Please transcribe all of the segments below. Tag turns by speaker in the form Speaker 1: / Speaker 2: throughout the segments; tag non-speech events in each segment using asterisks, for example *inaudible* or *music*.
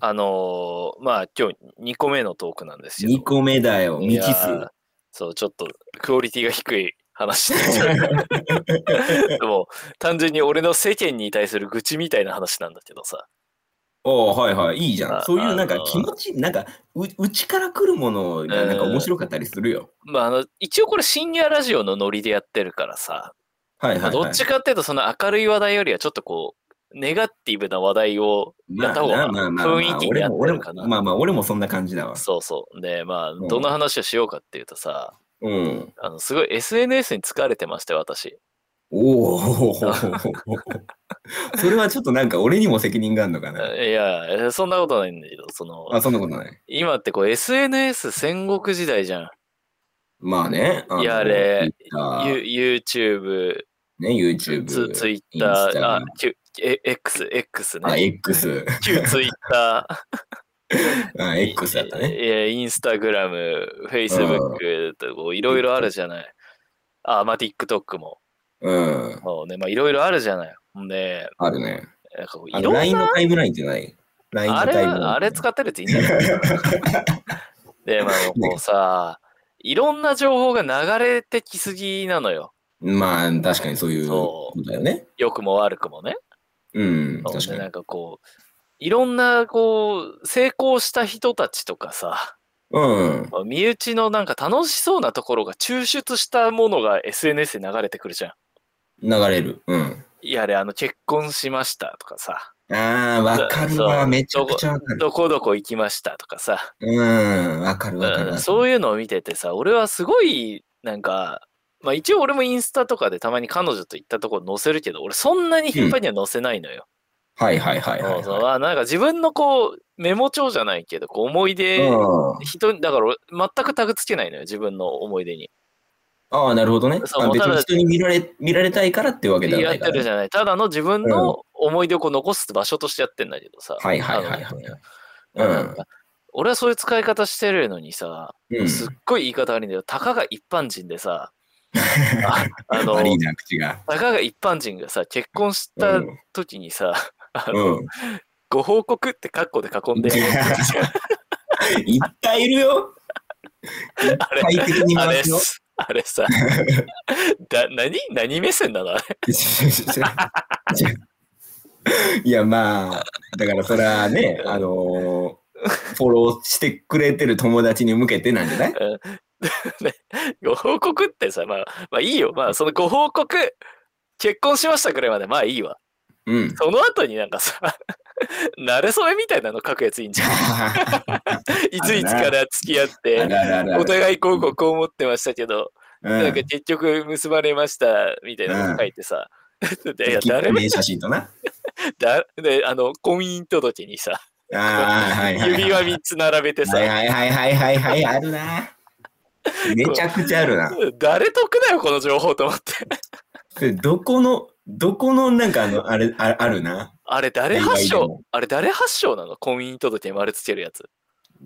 Speaker 1: あのーまあ今日2個目のトークなんですけど。
Speaker 2: 2個目だよ、
Speaker 1: い
Speaker 2: 未
Speaker 1: や
Speaker 2: 知
Speaker 1: ー
Speaker 2: 数。
Speaker 1: そう、ちょっとクオリティが低い話になっちゃ
Speaker 2: *laughs*
Speaker 1: うでも、単純に俺の世間に対する愚痴みたいな話なんだけどさ。
Speaker 2: おーはいはい、いいじゃ
Speaker 1: あ
Speaker 2: ん。そうい
Speaker 1: あ
Speaker 2: う
Speaker 1: の
Speaker 2: なんか気持ち、なんかう、うちから来るものがなんか面白かったりするよ。
Speaker 1: まあ、あの、一応これ深夜ラジオのノリでやってるからさ、
Speaker 2: はいはい、はい。
Speaker 1: どっちかっていうとその明るい話題よりはちょっとこう、ネガティブな話題をやった方が雰囲気に合ってるかな
Speaker 2: 俺も俺もまあまあ、俺もそんな感じだわ。
Speaker 1: そうそう。で、まあ
Speaker 2: ん、
Speaker 1: どんな話をしようかっていうとさ、
Speaker 2: うん。
Speaker 1: あの、すごい SNS に疲れてまして、私。
Speaker 2: お
Speaker 1: *laughs*
Speaker 2: お。それはちょっとなんか俺にも責任があるのか
Speaker 1: い
Speaker 2: な。
Speaker 1: や、そんなことないんだけど、その、
Speaker 2: あ、そんなことない。
Speaker 1: 今ってこう SNS 戦国時代じゃん。
Speaker 2: まあね。あの
Speaker 1: いやあれ、
Speaker 2: Twitter
Speaker 1: You YouTube、
Speaker 2: ね、YouTube、
Speaker 1: ツ Twitter、
Speaker 2: Instagram
Speaker 1: あ、Q、え X、X
Speaker 2: あ、
Speaker 1: ね。
Speaker 2: X、
Speaker 1: 旧 Twitter、
Speaker 2: あ *laughs* X だったね。
Speaker 1: え、インスタグラム、Facebook とこういろいろあるじゃない。あ、まあ TikTok も。
Speaker 2: うん、
Speaker 1: そうね、まあいろいろあるじゃない。ほんで、
Speaker 2: あるね。
Speaker 1: なんかこう
Speaker 2: あ
Speaker 1: い
Speaker 2: の
Speaker 1: ろ
Speaker 2: LINE
Speaker 1: ん
Speaker 2: の
Speaker 1: な、
Speaker 2: タイムラインじゃない。LINE の
Speaker 1: あれ
Speaker 2: タイムライン。
Speaker 1: は、あれ使ってるやついいんじゃないで、ま
Speaker 2: *laughs*
Speaker 1: あもうさ、いろんな情報が流れてきすぎなのよ。
Speaker 2: まあ、確かにそういう
Speaker 1: そ
Speaker 2: こ
Speaker 1: う
Speaker 2: とだよね。
Speaker 1: 良くも悪くもね。
Speaker 2: うん、
Speaker 1: そう
Speaker 2: 確
Speaker 1: ね
Speaker 2: か
Speaker 1: なん
Speaker 2: に。
Speaker 1: かこういろんなこう成功した人たちとかさ
Speaker 2: うん。
Speaker 1: 身内のなんか楽しそうなところが抽出したものが SNS で流れてくるじゃん。
Speaker 2: 流れる。うん。
Speaker 1: いやあれあの結婚しましたとかさ
Speaker 2: ああ、わかる
Speaker 1: そ
Speaker 2: わ。
Speaker 1: う
Speaker 2: めちゃくちゃわかる。
Speaker 1: どこどこ行きましたとかさ、
Speaker 2: うん、わかるわかる
Speaker 1: う
Speaker 2: わ
Speaker 1: ん、
Speaker 2: かる。
Speaker 1: そういうのを見ててさ俺はすごいなんか、まあ、一応俺もインスタとかでたまに彼女と行ったところ載せるけど俺そんなに頻繁には載せないのよ。
Speaker 2: はいはいはいはい
Speaker 1: そうそう
Speaker 2: は
Speaker 1: まあなんか自分のこうメモ帳じゃないけどこう思い
Speaker 2: い。
Speaker 1: 出
Speaker 2: うん
Speaker 1: 人にだから俺全くタグつけないのよ自分の思い出に。
Speaker 2: ああ、なるほどね。
Speaker 1: そう
Speaker 2: あ
Speaker 1: もう
Speaker 2: 別
Speaker 1: ただ
Speaker 2: に人に見られ見られたいからってわけでは
Speaker 1: や
Speaker 2: な
Speaker 1: っ
Speaker 2: い
Speaker 1: て
Speaker 2: か
Speaker 1: るじ
Speaker 2: ら。
Speaker 1: ゃないただの自分の思い出をこう残す場所としてやってんだけどさ、
Speaker 2: はいはいはい
Speaker 1: あ
Speaker 2: は
Speaker 1: の
Speaker 2: い。
Speaker 1: なんか俺はそういう使い方してるのにさ、
Speaker 2: うん。
Speaker 1: すっごい言い方悪いんだけどたかが一般人で
Speaker 2: *laughs*
Speaker 1: さああの
Speaker 2: 悪いな、口が。
Speaker 1: たかが一般人がさ結婚し
Speaker 2: う
Speaker 1: た
Speaker 2: ん
Speaker 1: 時にさ、あの
Speaker 2: うん。
Speaker 1: ご報告ってカッコで囲ん *laughs* で
Speaker 2: *laughs* いっぱいいるよ。いっぱい的
Speaker 1: *laughs*
Speaker 2: に
Speaker 1: あ
Speaker 2: 回
Speaker 1: れ
Speaker 2: すよ。
Speaker 1: すあれさ
Speaker 2: *laughs*
Speaker 1: だ何何目線なのあれ
Speaker 2: *laughs* いやまあだからそれはねあのーフォローしてくれてる友達に向けてなんじゃない
Speaker 1: ご報告ってさ、まあ、まあいいよ。まあそのご報告、結婚しましたくらいまでまあいいわ。
Speaker 2: うん。
Speaker 1: その後になんかさ、 *laughs* 慣れ初めみたいなの書くやついいんじ
Speaker 2: *laughs*
Speaker 1: ゃん。
Speaker 2: あ
Speaker 1: いついつから付き合っ
Speaker 2: ら
Speaker 1: て、
Speaker 2: ららら
Speaker 1: お互いこうこうこう思ってましたけど、
Speaker 2: うん
Speaker 1: なんか結局結ばれましたみたいなの書いてさ、 *laughs* でいや
Speaker 2: 記
Speaker 1: 誰も
Speaker 2: 念写真とな。
Speaker 1: だであの婚姻届にさ、
Speaker 2: ああはいはいはい。
Speaker 1: 指輪3つ並べてさ
Speaker 2: はい、はいはいはいはいはいあるな。めちゃくちゃあるな。
Speaker 1: 誰得だよ、この情報と思って。
Speaker 2: それどこのどこのなんかあのあれああるな。
Speaker 1: あれ誰発
Speaker 2: 海外で
Speaker 1: 祥
Speaker 2: も
Speaker 1: あれ誰発祥なの婚姻届に丸つけるやつ。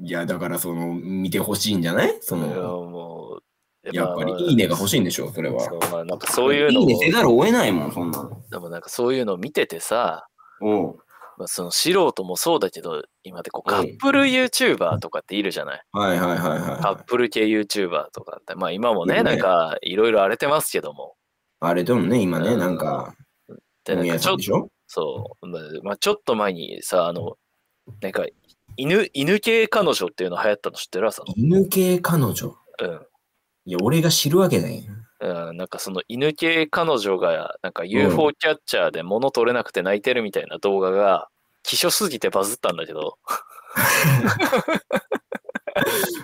Speaker 2: いやだからその見てほしいんじゃないそ
Speaker 1: いや
Speaker 2: の
Speaker 1: もう
Speaker 2: やっぱり
Speaker 1: まあ
Speaker 2: いいねが欲しいんでしょそれは。
Speaker 1: そうまあなんかそういうのを
Speaker 2: いいねせざるを得ないもん、そんなの。
Speaker 1: でもなんかそういうのを見ててさ、
Speaker 2: おう
Speaker 1: まあ、その素人もそうだけど今でこうカップル YouTuber とかっているじゃない
Speaker 2: はいはいはいはい
Speaker 1: カ
Speaker 2: は
Speaker 1: ップル系 YouTuber とかってまあ今も
Speaker 2: い
Speaker 1: ね
Speaker 2: るね
Speaker 1: なんかいろいろ荒れてますけども
Speaker 2: い。あれでもね、今
Speaker 1: う
Speaker 2: ね、
Speaker 1: ん
Speaker 2: なんか、
Speaker 1: でなん
Speaker 2: 飲み
Speaker 1: かちょ
Speaker 2: 屋さ
Speaker 1: っ
Speaker 2: んで
Speaker 1: と
Speaker 2: しょ
Speaker 1: そうまあまあちょっと前にさあのなんか犬犬系彼女っていうの流行ったの知ってる朝
Speaker 2: 犬系彼女。
Speaker 1: のうん
Speaker 2: いや、俺が知るわけないよ。
Speaker 1: うん、なんかその犬系彼女がなんか UFO キャッチャーで物取れなくて泣いてるみたいな動画が希少すぎてバズったんだけど、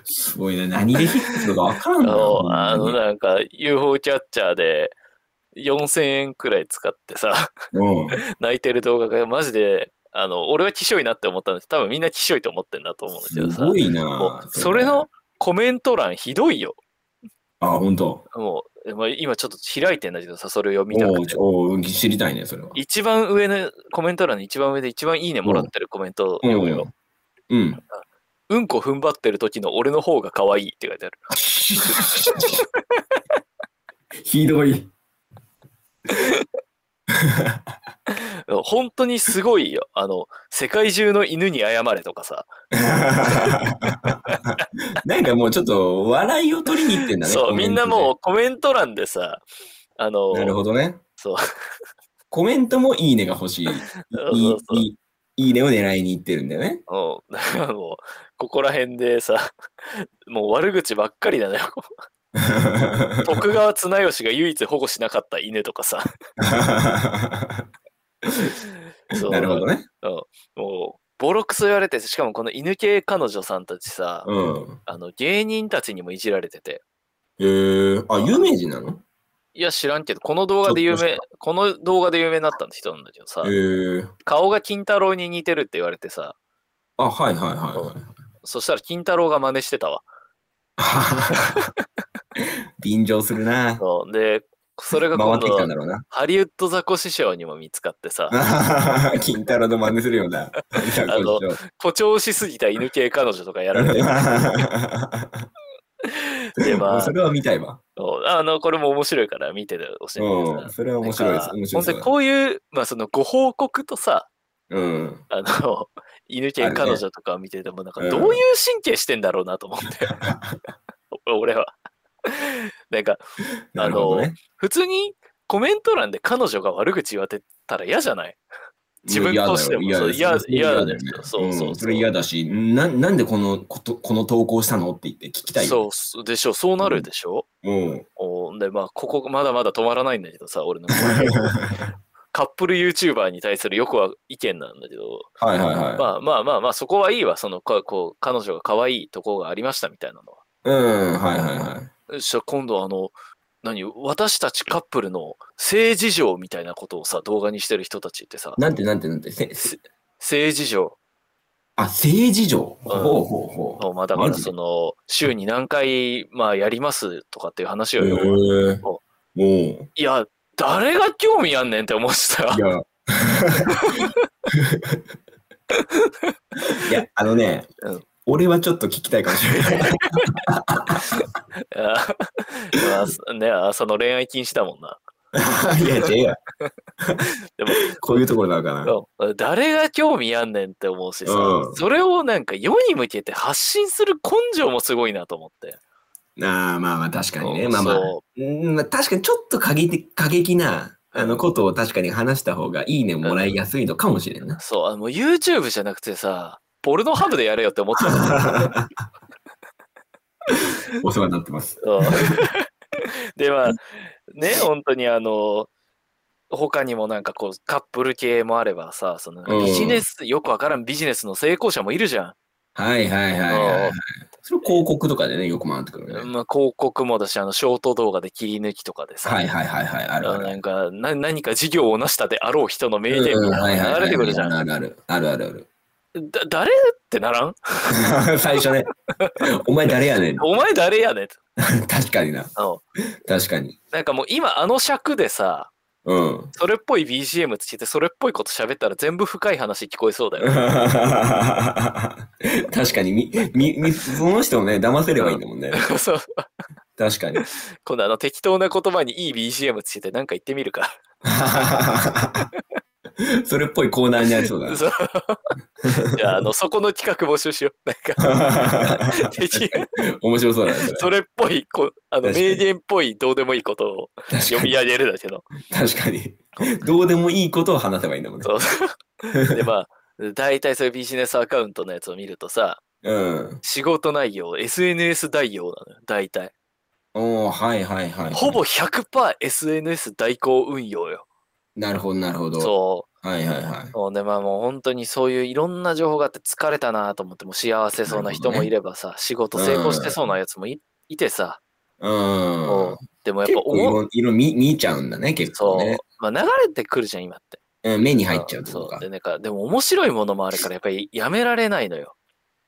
Speaker 2: すごいね。何でヒットするかわからん
Speaker 1: あ *laughs*
Speaker 2: な。
Speaker 1: のあ
Speaker 2: ほ
Speaker 1: の
Speaker 2: んま
Speaker 1: なんか UFO キャッチャーで4000円くらい使ってさ、 *laughs*
Speaker 2: に
Speaker 1: 泣いてる動画がマジで、あの、俺は希少いなって思ったんです多分みんな希少いと思ってんだと思うんだけ
Speaker 2: う
Speaker 1: ど
Speaker 2: ん。す
Speaker 1: さ、
Speaker 2: ごい
Speaker 1: も
Speaker 2: な。
Speaker 1: うそれの。コメント欄ひどいよ。
Speaker 2: あ、ほんと。
Speaker 1: もう、まあ、今ちょっと開いてんだけどさ、それを見た
Speaker 2: お
Speaker 1: く
Speaker 2: う
Speaker 1: て
Speaker 2: ち。ょおう、知りたいね、それは。
Speaker 1: 一番上のコメント欄の一番上で一番いいねもらってるコメントを読むよ。
Speaker 2: うん。 *laughs*
Speaker 1: うんこ踏ん張ってる時の俺の方が可愛いって書いてある。
Speaker 2: ひどい。
Speaker 1: 本当にすごいよ。 *laughs* あの、世界中の犬に謝れとかさ。
Speaker 2: *laughs* なんかもうちょっと笑いを取りに行ってんだね。
Speaker 1: そう、
Speaker 2: コメ
Speaker 1: み
Speaker 2: ン
Speaker 1: ん
Speaker 2: ト
Speaker 1: な
Speaker 2: で
Speaker 1: もうコメント欄でさ、あの、
Speaker 2: なるほどね。
Speaker 1: そう。
Speaker 2: コメントもいいねが欲しい。い
Speaker 1: *laughs* そう
Speaker 2: い
Speaker 1: そうそう
Speaker 2: いいいいねを狙いに行ってるんだよね。
Speaker 1: うんだから *laughs* もう、ここら辺でさ、もう悪口ばっかりだね。徳川綱吉が唯一保護しなかった犬とかさ。そう
Speaker 2: なるほどね。
Speaker 1: もう、ボロクソ言われてて、しかもこの犬系彼女さんたちさ、
Speaker 2: うん。
Speaker 1: あの、芸人たちにもいじられてて。
Speaker 2: えー、あ、有名人なの
Speaker 1: いや、知らんけど、この動画で有
Speaker 2: そうで
Speaker 1: 名、この動画で有名になった人なんだけどさ
Speaker 2: え、ー、
Speaker 1: 顔が金太郎に似てるって言われてさ、
Speaker 2: あ、はいはいはいはい。
Speaker 1: そしたら金太郎が真似してたわ。
Speaker 2: *laughs* 便乗するな。
Speaker 1: そうで、それ
Speaker 2: 回
Speaker 1: が今
Speaker 2: ってきたん
Speaker 1: 度、
Speaker 2: だろうな。
Speaker 1: ハリウッドザコシショウにも見つかってさ、
Speaker 2: *laughs* 金太郎の真似するよう *laughs* な。
Speaker 1: あの誇張しすぎた犬系彼女とかやられてる
Speaker 2: *laughs*
Speaker 1: で、まあ
Speaker 2: それは見たいわ。
Speaker 1: そうあの、これも面白いから見ててほしいんだけど
Speaker 2: うん。
Speaker 1: さ。
Speaker 2: それは面白いです。
Speaker 1: なん
Speaker 2: 面
Speaker 1: か
Speaker 2: 白
Speaker 1: 本
Speaker 2: い
Speaker 1: 当にこういう、まあ、そのご報告とさ、
Speaker 2: うん。
Speaker 1: あの、 *laughs* 犬
Speaker 2: あ
Speaker 1: 系
Speaker 2: るね
Speaker 1: 彼女とか見てても、なんか
Speaker 2: うん
Speaker 1: どういう神経してんだろうなと思って、 *laughs* 俺は。 *laughs* なんか、
Speaker 2: なるほどね。
Speaker 1: 普通にコメント欄で彼女が悪口言われたら嫌じゃない自分としても
Speaker 2: いや
Speaker 1: そう
Speaker 2: 嫌だよ
Speaker 1: 嫌
Speaker 2: 嫌だ
Speaker 1: 嫌だ
Speaker 2: よ
Speaker 1: よ
Speaker 2: ね
Speaker 1: そうそうそうん
Speaker 2: それ嫌だし、ななんでこのことこの投稿したのって言って聞きたい。
Speaker 1: そううすでしょ、そうなるでしょ、
Speaker 2: うん。
Speaker 1: おーで、まあ、ここまだまだ止まらないんだけどさ、俺の
Speaker 2: *laughs*
Speaker 1: カップル YouTuber に対するよくは意見なんだけど、
Speaker 2: はいはいはい。
Speaker 1: まあまあまあまあ、そこはいいわ、その、かこう、彼女が可愛いところがありましたみたいなのは。
Speaker 2: うん、はいはいはい。
Speaker 1: そしたら今度あの、何私たちカップルの性事情みたいなことをさ、動画にしてる人たちってさ、
Speaker 2: なんてなんてなんて。せせ
Speaker 1: 性事情。
Speaker 2: あ、政治上。
Speaker 1: ん
Speaker 2: ほうほうほう。
Speaker 1: まあだか
Speaker 2: マ
Speaker 1: ら
Speaker 2: ジで
Speaker 1: その、週に何回、まあやりますとかっていう話
Speaker 2: へ
Speaker 1: をよ、
Speaker 2: えもう。い
Speaker 1: いや、誰が興味あんねんって思ってた。 *laughs*
Speaker 2: や。いや、あのね、
Speaker 1: うん
Speaker 2: 俺はちょっと聞きたいかもしれない。 *laughs*
Speaker 1: あ *laughs* まあねあその恋愛禁止だもんな。
Speaker 2: いや、違うよ。
Speaker 1: でも
Speaker 2: こういうところなのかな。
Speaker 1: うん誰が興味あんねんって思うしさ、
Speaker 2: うん
Speaker 1: それをなんか世に向けて発信する根性もすごいなと思って。
Speaker 2: あーまあまあ、確かにね。
Speaker 1: うん
Speaker 2: まあまあ。
Speaker 1: そう
Speaker 2: うんまあ、確かにちょっと過激過激なあのことを確かに話した方がいいねもらいやすいのかもしれんな。
Speaker 1: そう、あのもう YouTube じゃなくてさ、ポルノハブでやれよって思ってた。
Speaker 2: *laughs* お世話になってます。
Speaker 1: うん *laughs* で、まあ、ね、本当にあの、他にもなんかこう、カップル系もあればさ、その
Speaker 2: うん
Speaker 1: ビジネス、よくわからんビジネスの成功者もいるじゃん。
Speaker 2: はいはいはいはい、は
Speaker 1: う
Speaker 2: い
Speaker 1: ん。
Speaker 2: それ広告とかでね、よく回ってくるね。
Speaker 1: まあ、広告もだし、あの、ショート動画で切り抜きとかでさ、
Speaker 2: はいはいはいはい。あ
Speaker 1: あ
Speaker 2: るあ
Speaker 1: の
Speaker 2: る。
Speaker 1: なんかな、何か事業を成したであろう人の名言
Speaker 2: うんうん
Speaker 1: みたいなのが流れてくるじゃん。だ
Speaker 2: あるあるあるある
Speaker 1: 誰ってならん
Speaker 2: ある。 *laughs* 最
Speaker 1: *laughs*
Speaker 2: 初ね。お前誰やねん。
Speaker 1: お前誰やねんって
Speaker 2: 確かにな。
Speaker 1: あの
Speaker 2: 確かに。
Speaker 1: なんかもう今あの尺でさ、
Speaker 2: うん。
Speaker 1: それっぽい BGM つけて、それっぽいこと喋ったら全部深い話聞こえそうだよね。
Speaker 2: *laughs* 確かにみみみ、その人をね、騙せればいいんだもんね。
Speaker 1: *laughs* そう。
Speaker 2: 確かに。 *laughs*
Speaker 1: 今度あの適当な言葉にいい BGM つけてなんか言ってみるか。
Speaker 2: それっぽいコーナーになりそうだ
Speaker 1: *laughs*
Speaker 2: な。
Speaker 1: そうじゃあ、あ
Speaker 2: *laughs*
Speaker 1: の、そこの企画募集しよう。なん *laughs* か、適
Speaker 2: 面白そうだね。それ
Speaker 1: それっぽいこ、あの、
Speaker 2: 確かに
Speaker 1: 名言っぽいどうでもいいことを
Speaker 2: 確
Speaker 1: 読
Speaker 2: か
Speaker 1: み
Speaker 2: に。
Speaker 1: 上げるだ
Speaker 2: *laughs*
Speaker 1: けど。
Speaker 2: 確かに。どうでもいいことを話せばいいんだもんね。
Speaker 1: そうそう。で、まあ、大体そういうビジネスアカウントのやつを見るとさ、
Speaker 2: うん。
Speaker 1: 仕事内容、SNS 代用なのよ、大体。
Speaker 2: おおはいはいはい。
Speaker 1: ほ。ぼ 100%SNS 代行運用よ。
Speaker 2: なるほどなるほど。
Speaker 1: そう。
Speaker 2: はいはいはい。
Speaker 1: そうね、まあもう本当にそういういろんな情報があって疲れたなと思っても幸せそうな人もいればさ、仕事成功してそうなやつもい,、いてさ、
Speaker 2: うん
Speaker 1: お。でもやっ
Speaker 2: 結
Speaker 1: ぱ
Speaker 2: 構い
Speaker 1: 思う。
Speaker 2: ろいろ見見ちゃうんだね、結
Speaker 1: そ
Speaker 2: 構
Speaker 1: う、
Speaker 2: ね。
Speaker 1: まあ流れてくるじゃん今って。
Speaker 2: うん、目に入っちゃうってこと
Speaker 1: そう
Speaker 2: か
Speaker 1: で。なんかでも面白いものもあるからやっぱりやめられないのよ。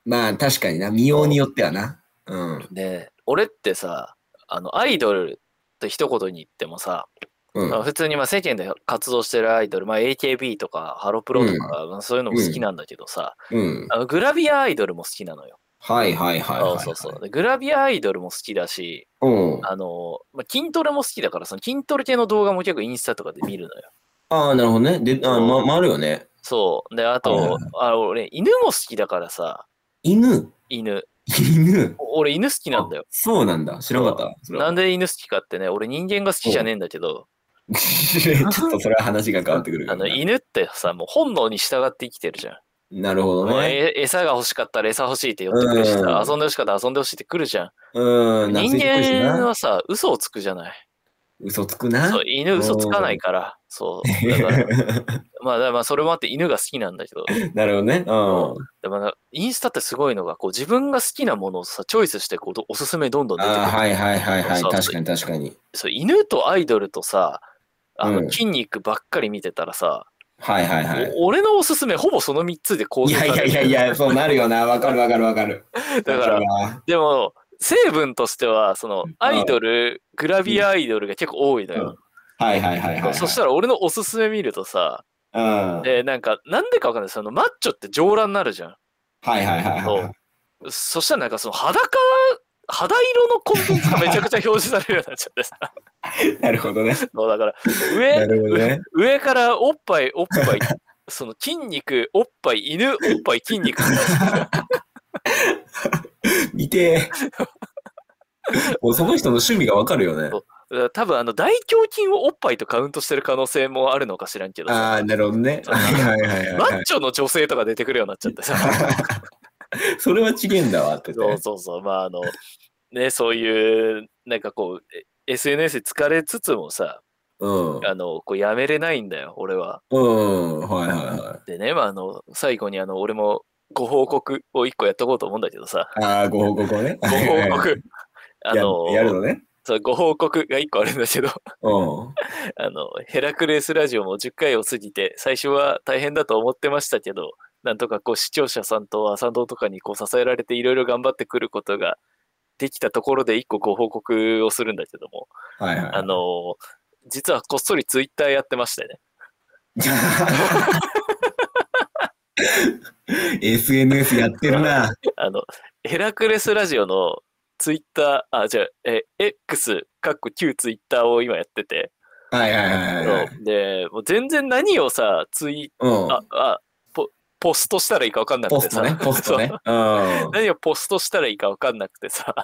Speaker 2: まあ確かにな、見ようによってはな。うん。
Speaker 1: で俺ってさあのアイドルって一言に言ってもさ、
Speaker 2: うん。
Speaker 1: まあ普通にまあ世間で活動してるアイドル、まあ、AKB とかハロプロとか、まあそういうのも好きなんだけどさ、
Speaker 2: うん。
Speaker 1: あのグラビアアイドルも好きなのよ。
Speaker 2: はいはいはいはい。
Speaker 1: そうそうそうでグラビアアイドルも好きだし
Speaker 2: うん。
Speaker 1: あの、まあ、筋トレも好きだから、その筋トレ系の動画も結構インスタとかで見るのよ。
Speaker 2: ああ、なるほどね。で、あーま、回るよね。
Speaker 1: そう。で、あ
Speaker 2: はい
Speaker 1: と
Speaker 2: はい、
Speaker 1: あ俺、犬も好きだからさ、
Speaker 2: 犬。
Speaker 1: 犬。
Speaker 2: 犬。
Speaker 1: お俺、犬好きなんだよ。
Speaker 2: そうなんだ。知らなかった。それ
Speaker 1: な
Speaker 2: は
Speaker 1: んで犬好きかってね、俺人間が好きじゃねえんだけど、
Speaker 2: ちょっとそれは話が変わってくるか
Speaker 1: あ
Speaker 2: ら
Speaker 1: の
Speaker 2: な。
Speaker 1: 犬ってさ、もう本能に従って生きてるじゃん。
Speaker 2: なるほど
Speaker 1: もう
Speaker 2: ね。
Speaker 1: え餌が欲しかったら餌欲しいって寄ってくるしさ、
Speaker 2: うん
Speaker 1: 遊んで欲しかったら遊んで欲しいってくるじゃん。
Speaker 2: うん、
Speaker 1: 人
Speaker 2: 懐いてくるし
Speaker 1: 間
Speaker 2: な。
Speaker 1: はさ、嘘をつくじゃない。
Speaker 2: 嘘つくな
Speaker 1: そう。犬嘘つかないから、そう。だ
Speaker 2: *laughs*
Speaker 1: からまあ、だからまあそれもあって犬が好きなんだけど、
Speaker 2: なるほどね。うん。
Speaker 1: でもなんかインスタってすごいのが、こう自分が好きなものをさ、チョイスしてこうどおすすめどんどん出てくる。
Speaker 2: ああ、はいはいはいはい。
Speaker 1: そうそう
Speaker 2: 確かに確かに。
Speaker 1: そう犬とアイドルとさ、あ
Speaker 2: う
Speaker 1: の
Speaker 2: ん
Speaker 1: 筋肉ばっかり見てたらさ、
Speaker 2: はいはいはい。
Speaker 1: お俺のおすすめほぼその3つで構
Speaker 2: い
Speaker 1: 成さ
Speaker 2: や
Speaker 1: れ
Speaker 2: いや
Speaker 1: てる
Speaker 2: いやいや、そうなるよな。わかるわかるわかる。
Speaker 1: だから
Speaker 2: わるわ
Speaker 1: でも成分としてはそのアイドル、グラビアアイドルが結構多いのよ、
Speaker 2: はいはいはいはい。
Speaker 1: そしたら俺のおすすめ見るとさ、
Speaker 2: うん。はい
Speaker 1: でなんかなんでかわかんないそのマッチョって上裸になるじゃん
Speaker 2: はいはいは
Speaker 1: そしたらなんかその裸肌色のコンテンツがめちゃくちゃ表示されるようになっちゃってさ
Speaker 2: い。なるほどね。
Speaker 1: そうだから
Speaker 2: な
Speaker 1: 上
Speaker 2: るほどね。
Speaker 1: 上からおっぱいおっぱい *laughs* その筋肉おっぱい犬おっぱい筋肉みた *laughs* いな
Speaker 2: 見てえ。もうその人の趣味がわかるよね
Speaker 1: そ。うだから多分あの大胸筋をおっぱいとカウントしてる可能性もあるのか知らんけどさ
Speaker 2: ああ、なるほどね。
Speaker 1: そう
Speaker 2: はいはいはい
Speaker 1: マ
Speaker 2: は
Speaker 1: ッチョの女性とか出てくるようになっちゃって
Speaker 2: *laughs*
Speaker 1: さ。
Speaker 2: い。それは違えんだわってね。
Speaker 1: そうそうそう。まああの、ね、そういう、なんかこう、え SNS 疲れつつもさ、
Speaker 2: うん。
Speaker 1: あの、こうやめれないんだよ、俺は。
Speaker 2: うん。はいはいは
Speaker 1: でね、まああの、最後にあの、俺もご報告を一個やっとこうと思うんだけどさ、
Speaker 2: い。ああ、ご報告をね。
Speaker 1: ご報告、あ
Speaker 2: *laughs* や
Speaker 1: の、
Speaker 2: やるのね。
Speaker 1: そうご報告が一個あるんだけど、 *laughs*
Speaker 2: うん。
Speaker 1: あの、ヘラクレスラジオも10回を過ぎて、最初は大変だと思ってましたけど、なんとかこう視聴者さんと朝堂とかにこう支えられていろいろ頑張ってくることができたところで一個ご報告をするんだけども、
Speaker 2: はいはい。
Speaker 1: あのー実はこっそりツイッターやってましてね。
Speaker 2: SNS やってるな。
Speaker 1: あの、ヘラクレスラジオのツイッター、あ、じゃあ、え、X、かっこ旧ツイッターを今やってて、
Speaker 2: はいはいはいはい。
Speaker 1: そうで、もう全然何をさ、ツイ、
Speaker 2: うん。
Speaker 1: あ、あ、ポポストしたらいいか分かんな
Speaker 2: ポ
Speaker 1: く
Speaker 2: ス
Speaker 1: てさ、
Speaker 2: トね、ポ
Speaker 1: *laughs*
Speaker 2: ストね。うん。
Speaker 1: 何をポストしたらいいか分かんなくてさ、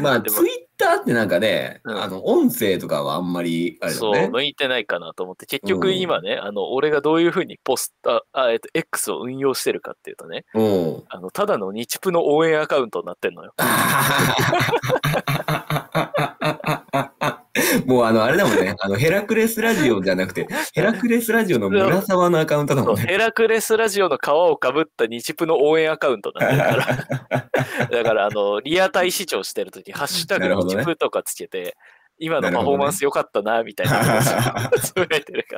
Speaker 2: まあ、
Speaker 1: でも
Speaker 2: ツイッターってなんかね、
Speaker 1: うん
Speaker 2: あの、音声とかはあんまり、あれだ
Speaker 1: そ
Speaker 2: よ
Speaker 1: う、
Speaker 2: ね。
Speaker 1: 向いてないかなと思って、結
Speaker 2: う
Speaker 1: 局
Speaker 2: ん
Speaker 1: 今ね、あの、俺がどういうふうにポスト、あ、あえっと、X を運用してるかっていうとね、
Speaker 2: うん。
Speaker 1: あの、ただの日プの応援アカウントになってんのよ。
Speaker 2: *laughs* もうあの、あれだもんね。あの、ヘラクレスラジオじゃなくて、ヘラクレスラジオの村沢のアカウントだ
Speaker 1: そ
Speaker 2: も
Speaker 1: うん
Speaker 2: ね。
Speaker 1: ヘラクレスラジオの皮をかぶった日プの応援アカウント
Speaker 2: *laughs*
Speaker 1: になってるから、だから、あの、リアタイ視聴してるとき、ハッシュタグ
Speaker 2: なるほどね
Speaker 1: 日プとかつけて、今のパフォーマンス良かったな、みたいな話を
Speaker 2: *laughs*
Speaker 1: つぶやいてるか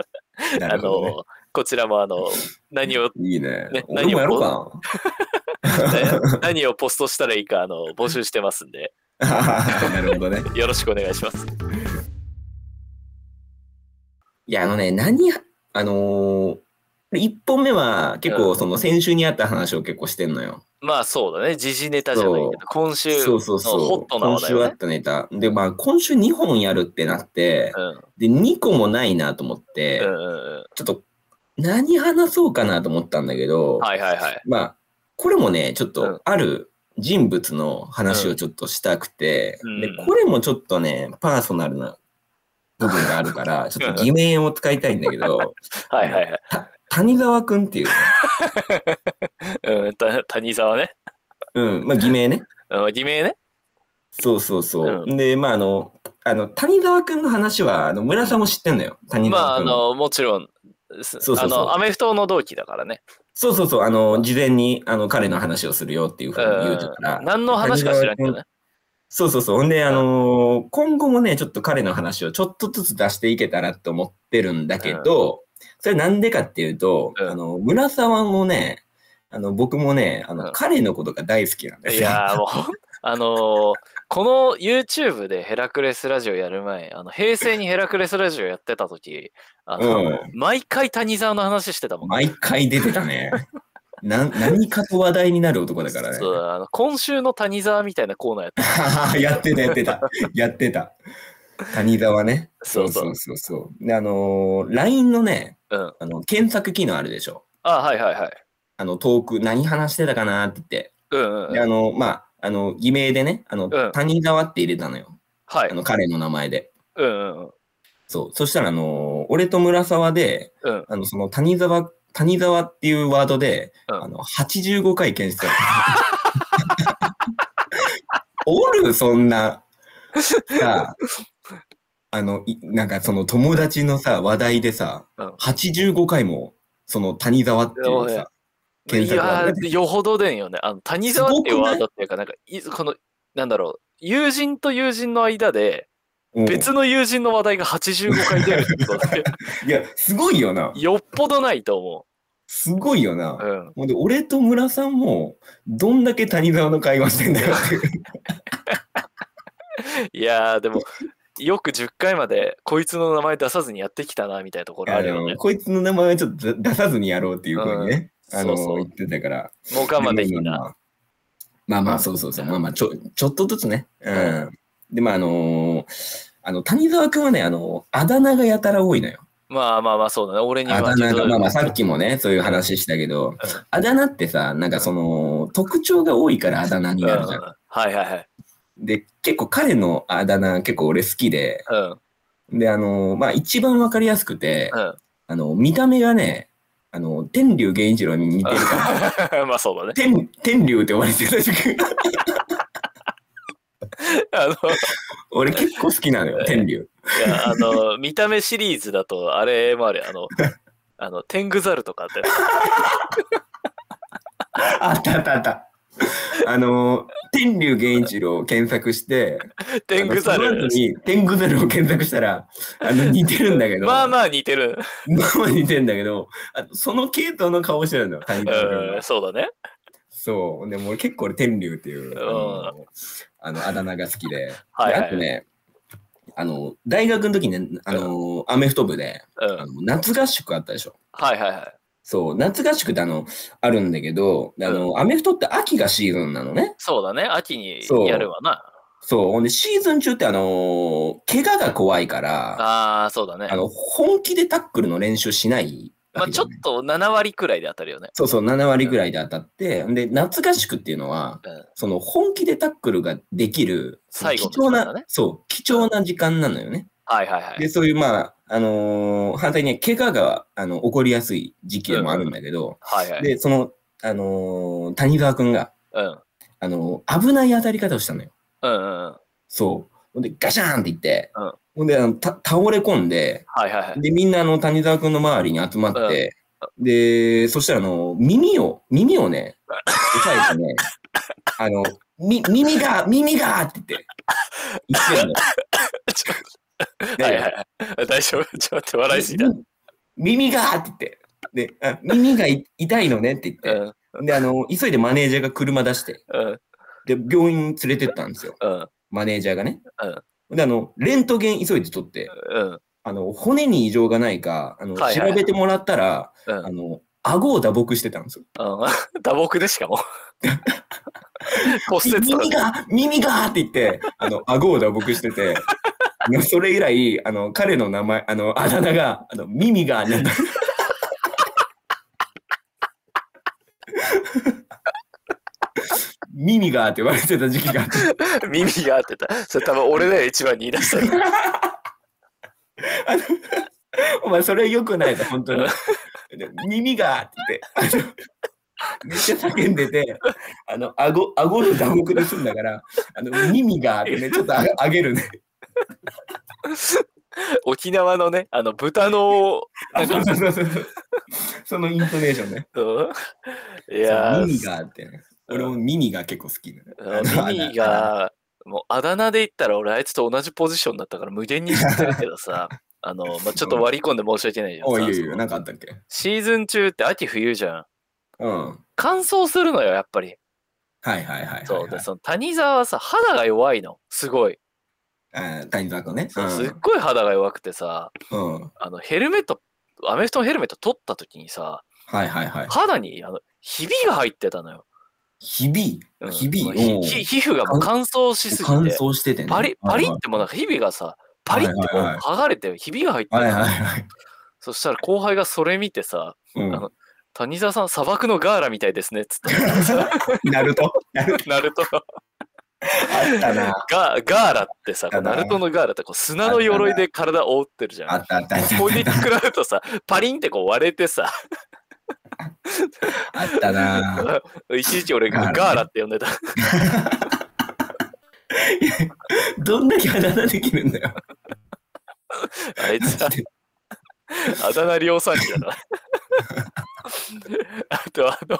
Speaker 1: ら、
Speaker 2: な
Speaker 1: あ
Speaker 2: るほどね
Speaker 1: の、こちらもあの、何を
Speaker 2: いいね
Speaker 1: ね。
Speaker 2: 俺もやろう
Speaker 1: ね
Speaker 2: か
Speaker 1: *laughs* 何をポストしたらいいかあの募集してますんで、
Speaker 2: *laughs* な。なるほどね。
Speaker 1: よろしくお願いします。
Speaker 2: いや、あのね、何や、あのー、一本目は結
Speaker 1: う
Speaker 2: 構
Speaker 1: ん
Speaker 2: その先週にあった話を結構してんのよ。
Speaker 1: まあそうだね、時事ネタじゃないけど
Speaker 2: そう、
Speaker 1: 今週
Speaker 2: そ
Speaker 1: の
Speaker 2: うそうそう。
Speaker 1: ホットな
Speaker 2: 今
Speaker 1: 話題
Speaker 2: 週あ
Speaker 1: はね
Speaker 2: っ。たネタ。で、まあ今週2本やるってなって
Speaker 1: う、ん
Speaker 2: で、2個もないなと思って、
Speaker 1: うんうんうん
Speaker 2: ちょっと何話そうかなと思ったんだけど、
Speaker 1: はいはいはい。
Speaker 2: まあ、これもね、ちょっ
Speaker 1: うん
Speaker 2: とある人物の話をちょっとしたくて、
Speaker 1: うん
Speaker 2: で、これもちょっとね、パーソナルな部分があるから、ちょっと偽名を使いたいんだけど、
Speaker 1: はいはいはい。
Speaker 2: 谷沢くんっていう、
Speaker 1: うん、た谷沢ね。
Speaker 2: うん、まあ偽名ね。
Speaker 1: うん、偽名ね。
Speaker 2: そうそうそう。
Speaker 1: う
Speaker 2: で、まああの、あの谷沢くんの話は、あの村さんも知ってんのよ。谷
Speaker 1: まあ
Speaker 2: 沢
Speaker 1: あ
Speaker 2: くん。
Speaker 1: の、もちろん、す
Speaker 2: そうそう
Speaker 1: あ
Speaker 2: そう
Speaker 1: の、アメフトの同期だからね。
Speaker 2: そうそうそう、あの、事前にあの彼の話をするよっていうふう
Speaker 1: う
Speaker 2: に言うんたから。。
Speaker 1: 何の話か知らんけど
Speaker 2: 谷
Speaker 1: ね。
Speaker 2: そうそうそう。ほんで、あのー今後もね、ちょっと彼の話をちょっとずつ出していけたらと思ってるんだけど、それなんでかっていうと、
Speaker 1: うん
Speaker 2: あの、村沢もね、あの、僕もね、あの、
Speaker 1: うん
Speaker 2: 彼のことが大好きなんです
Speaker 1: い
Speaker 2: よ。
Speaker 1: やーもうほん、あのーこの YouTube でヘラクレスラジオやる前、あの平成にヘラクレスラジオやってた時、あの、
Speaker 2: うん
Speaker 1: 毎回谷沢の話してたもん。
Speaker 2: 毎回出てたね。なん何かと話題になる男だからね。 *laughs*
Speaker 1: そうあの今週の谷沢みたいなコーナーやって
Speaker 2: やってた、やってた。やってた。谷沢ね。
Speaker 1: そうそう
Speaker 2: そうそうそうであのー、LINE のね、
Speaker 1: うん
Speaker 2: あの、検索機能あるでしょ。
Speaker 1: あはいはいはい。
Speaker 2: あの、トーク、何話してたかなって言って。
Speaker 1: うんうんうん。
Speaker 2: であの、まあ、あの、偽名でね、あの、
Speaker 1: ん
Speaker 2: 谷沢って入れたのよ。
Speaker 1: はい
Speaker 2: あ。の、彼の名前で。
Speaker 1: うんうんうん。
Speaker 2: そう。そしたら、あのー俺と村沢で、
Speaker 1: うん
Speaker 2: あの、その、谷沢、谷沢っていうワードで、
Speaker 1: うん
Speaker 2: あの、85回検出され *laughs* た。おるそんな。さあ、あの、いなんかその友達のさ、話題でさ、
Speaker 1: うん
Speaker 2: 85回も、その谷沢っていう
Speaker 1: いや
Speaker 2: さ、検索ワード
Speaker 1: いやーよほどでんよね。あの谷沢っていう
Speaker 2: すごくない
Speaker 1: ワードっていうか、なんか、いこの、なんだろう、友人と友人の間で、
Speaker 2: うん
Speaker 1: 別の友人の話題が85回出るってことで、
Speaker 2: いや、すごいよな。
Speaker 1: *laughs* よっぽどないと思
Speaker 2: すごいよな。
Speaker 1: う。うん。
Speaker 2: ほんで、俺と村さんも、どんだけ谷沢の会話してんだよっていう。
Speaker 1: いやー、でも、よく10回まで、こいつの名前出さずにやってきたな、みたいなと *laughs* ころあるよ
Speaker 2: あ
Speaker 1: ね
Speaker 2: の。 *laughs* こいつの名前はちょっと出さずにやろうっていうふうにね、
Speaker 1: うん
Speaker 2: あの
Speaker 1: そうそう
Speaker 2: 言ってたから。
Speaker 1: もう我慢できん
Speaker 2: まあ
Speaker 1: な。
Speaker 2: まあまあまあ、そうそうそう。まあまあ、ちょちょっとずつね。うん。
Speaker 1: う
Speaker 2: で、まあ、あのーあの、谷沢くんはね、あの、あだ名がやたら多いのよ。
Speaker 1: まあまあまあ、そうだね。俺に
Speaker 2: あ
Speaker 1: は
Speaker 2: だ
Speaker 1: ちょ
Speaker 2: 名
Speaker 1: っ
Speaker 2: が、
Speaker 1: と。
Speaker 2: まあまあ、さっきもね、そういう話したけど、あだ名ってさ、なんかその、特徴が多いからあだ名に
Speaker 1: うん
Speaker 2: な
Speaker 1: うん
Speaker 2: るじゃん。
Speaker 1: はいはいはい。
Speaker 2: で、結構彼のあだ名、結構俺好きで、
Speaker 1: うん。うん。
Speaker 2: で、あのーまあ、一番わかりやすくて、あの、見た目がね、あの、天竜源一郎に似てるか
Speaker 1: *laughs*
Speaker 2: ら、
Speaker 1: まあそう *laughs* だね。
Speaker 2: 天天竜って呼ばれてた時
Speaker 1: あの、
Speaker 2: *laughs* 俺結構好きなのよ、天竜。
Speaker 1: いや、あの、見た目シリーズだと、あれもあるあ
Speaker 2: *laughs*
Speaker 1: の、あの、天狗猿とかって。
Speaker 2: あったあったあった。あのー、天竜源一郎を検索して、
Speaker 1: 天狗
Speaker 2: あのその
Speaker 1: 猿
Speaker 2: 後。に天狗猿を検索したら、あの、似てるんだけど、
Speaker 1: まあ
Speaker 2: あ、
Speaker 1: まあ似てる。
Speaker 2: まあまあ似てるんだけど、あその系統の顔してるのよ、谷川君
Speaker 1: う
Speaker 2: は
Speaker 1: ん、そうだね。
Speaker 2: そう。でも俺結構俺天竜っていう、あのーあの、あだ名が好きで。
Speaker 1: はい
Speaker 2: で
Speaker 1: は
Speaker 2: あ
Speaker 1: い
Speaker 2: と。ね、あの、大学の時ね、あのー、アメフト部で、
Speaker 1: うん
Speaker 2: あの夏合宿あったでしょ。
Speaker 1: はいはいはい。
Speaker 2: そう、夏合宿ってあの、あるんだけど、あの、アメフトって秋がシーズンなのね。
Speaker 1: そうだね。秋に
Speaker 2: そう
Speaker 1: やるわな。
Speaker 2: そう、ほんで、シーズン中ってあのー怪我が怖いから、あ
Speaker 1: ああ、そうだね。
Speaker 2: の、本気でタックルの練習しない
Speaker 1: ま
Speaker 2: わ
Speaker 1: あ
Speaker 2: け
Speaker 1: ち
Speaker 2: じゃ
Speaker 1: ょっ
Speaker 2: ん、
Speaker 1: と7割くらいで当たるよね。
Speaker 2: そうそう、7割ぐらいで当たって、んで、夏合宿っていうのは、
Speaker 1: うん
Speaker 2: その、本気でタックルができる、
Speaker 1: 最後の時
Speaker 2: 貴重
Speaker 1: 間だ
Speaker 2: な
Speaker 1: ね、
Speaker 2: そう、貴重な時間なのよね。
Speaker 1: はいはいは
Speaker 2: で、
Speaker 1: い。
Speaker 2: そういう、まあ、あのー反対にね怪我が、あの、起こりやすい時期でもあるんだけど、
Speaker 1: はいはい。
Speaker 2: で、その、あのー谷川くんが、
Speaker 1: うん。
Speaker 2: あの、危ない当たり方をしたのよ。
Speaker 1: うんうんうん。
Speaker 2: そう。ほんで、ガシャーンって言って、
Speaker 1: うん
Speaker 2: ほんであのた、倒れ込んで、
Speaker 1: はいはいはい。
Speaker 2: で、みんなあの、谷沢くんの周りに集まって、で、そしたらあの、耳を、耳をね、押
Speaker 1: *laughs*
Speaker 2: さえてね、あの、み、耳が、耳がって言って、言ってるのよ。
Speaker 1: *laughs* ちょっと
Speaker 2: いや
Speaker 1: はいい
Speaker 2: や
Speaker 1: はいはい。大丈夫。 *laughs* ちょっと待って、笑いすぎた。
Speaker 2: 耳耳がって言って、で、あ耳がい痛いのねって言
Speaker 1: う
Speaker 2: っ
Speaker 1: ん。
Speaker 2: て、で、あの、急いでマネージャーが車出して、
Speaker 1: うん。
Speaker 2: で、病院連れてったんですよ。
Speaker 1: うん。
Speaker 2: マネージャーがね。
Speaker 1: うん
Speaker 2: で、あの、レントゲン急いで撮って、
Speaker 1: うん。
Speaker 2: あの、骨に異常がないか、あの、
Speaker 1: はいはい
Speaker 2: 調べてもらったら、
Speaker 1: う
Speaker 2: あ
Speaker 1: ん。
Speaker 2: の、顎を打撲してたんですよ。
Speaker 1: うん。打撲でしかも。骨折とか
Speaker 2: 耳が、耳がって言って、あの、顎を打撲してて、あのそれ以来、あの、彼の名前、あの、あだ名が、あの、耳がになった。耳がって言われてた時期があって、
Speaker 1: 耳が合ってた。それ多分俺だよ、一番に言い出
Speaker 2: *laughs*
Speaker 1: したの。
Speaker 2: お前それ良くないぞ、本当に。で耳がって言って、あのめっちゃ叫んでて、あの、顎、顎の打撲ですんだから、あの、耳がってね、ちょっとあ上げるね。
Speaker 1: 沖縄のね、あの、豚の、
Speaker 2: あそうそうそうそう。そのイントネーションね。
Speaker 1: うんい
Speaker 2: い
Speaker 1: やー
Speaker 2: 耳がってね。俺も耳が結構好き、ね。
Speaker 1: うん耳
Speaker 2: あの。あの
Speaker 1: が、もうあだ名で言ったら俺あいつと同じポジションだったから無限に知ってるけど
Speaker 2: *laughs*
Speaker 1: さ、あの、まあ、ちょっと割り込んで申し訳ないじゃん
Speaker 2: おい
Speaker 1: さ
Speaker 2: いよいい
Speaker 1: そ
Speaker 2: よ、
Speaker 1: の
Speaker 2: なんかあったっけ
Speaker 1: シーズン中って秋冬じゃん。
Speaker 2: うん。はい
Speaker 1: 乾燥するのよ、やっぱり。
Speaker 2: はいはいはい、
Speaker 1: そう。で、
Speaker 2: す。
Speaker 1: その谷沢はさ、肌が弱いの。すごい。
Speaker 2: あ谷沢君ね。
Speaker 1: そうすっごい肌が弱くてさ、
Speaker 2: うん。うん。
Speaker 1: あの、ヘルメット、アメフトのヘルメット取った時にさ、
Speaker 2: はいはいはい。
Speaker 1: 肌にあのひびが入ってたのよ。
Speaker 2: ひび
Speaker 1: う。ん
Speaker 2: ひび。
Speaker 1: もう
Speaker 2: うん
Speaker 1: ひひ皮膚がもう乾燥しすぎ
Speaker 2: 乾
Speaker 1: て、
Speaker 2: 燥しててね。
Speaker 1: パリッパリ
Speaker 2: は
Speaker 1: っ
Speaker 2: い
Speaker 1: てもうなんかひびがさ、パパリってこう
Speaker 2: はいはいはい
Speaker 1: 剥がれて、ひびが入って
Speaker 2: はい
Speaker 1: る。
Speaker 2: はいはい。
Speaker 1: そしたら後輩がそれ見てさ、
Speaker 2: う
Speaker 1: あの谷沢さん、砂漠のガーラみたいですね、つっ
Speaker 2: *laughs* ん。ナルトナルト
Speaker 1: て。ナルトの
Speaker 2: あったな。
Speaker 1: ガーガーラってさ、
Speaker 2: あったな
Speaker 1: ナルトのガーラってこう砂の鎧で体を覆ってるじゃ
Speaker 2: あ
Speaker 1: ん。
Speaker 2: ったあったあった
Speaker 1: これで食らうとさ、パリンってこう割れてさ、
Speaker 2: あったな。
Speaker 1: *laughs* 一時期俺
Speaker 2: ガーラ
Speaker 1: ガ
Speaker 2: ね
Speaker 1: ーラって呼んでた。
Speaker 2: どんだけあだ名できるんだよ。
Speaker 1: あいつは
Speaker 2: マジで、
Speaker 1: *laughs* あだ名量産機だな。あとあの、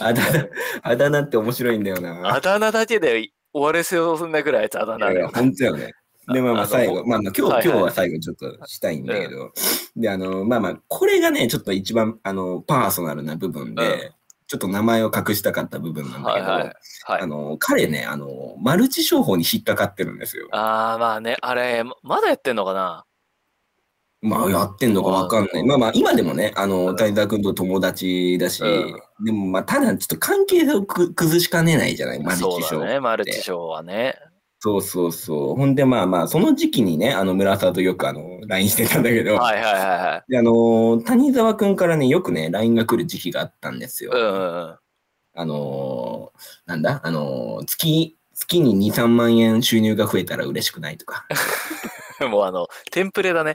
Speaker 2: あだ名、あだ名って面白いんだよな。
Speaker 1: あだ名だけで終われそうなぐらいあいつあだ名だ
Speaker 2: いや
Speaker 1: よ。
Speaker 2: 本当よね。で、まあまあ
Speaker 1: あの
Speaker 2: 最後、まあまあ今
Speaker 1: はいは
Speaker 2: 日、
Speaker 1: い
Speaker 2: 今日は最後ちょっとしたいんだけど、で、あの、まあまあ、これがね、ちょっと一番、あの、パーソナルな部分
Speaker 1: う
Speaker 2: で、ちょっと名前を隠したかった部分なんだ
Speaker 1: は
Speaker 2: け
Speaker 1: い
Speaker 2: ど、
Speaker 1: はい。はい
Speaker 2: あ、の、彼ね、あの、マルチ商法に引っかかってるんですよ。
Speaker 1: ああ、まあね、あれ、ままだやってんのかな
Speaker 2: まあ、やってんのかわかんない。まあまあ、今でもね、あ
Speaker 1: う
Speaker 2: の、
Speaker 1: ん
Speaker 2: 谷沢君と友達だし
Speaker 1: う、
Speaker 2: でもまあ、ただちょっと関係をく崩しかねないじゃない、マルチ商
Speaker 1: そう
Speaker 2: 法
Speaker 1: だ。ね、マルチ賞はね。
Speaker 2: そうそうそう。ほんで、まあまあ、その時期にね、あの、村沢とよくあの、LINE してたんだけど、
Speaker 1: はいはいはいはい。
Speaker 2: であのー谷沢くんからね、よくね、LINE が来る時期があったんですよ。
Speaker 1: うんうんうん。
Speaker 2: あのーなんだあのー月、月に2、3万円収入が増えたら嬉しくない
Speaker 1: *laughs*
Speaker 2: とか。
Speaker 1: もうあの、テンプレだね。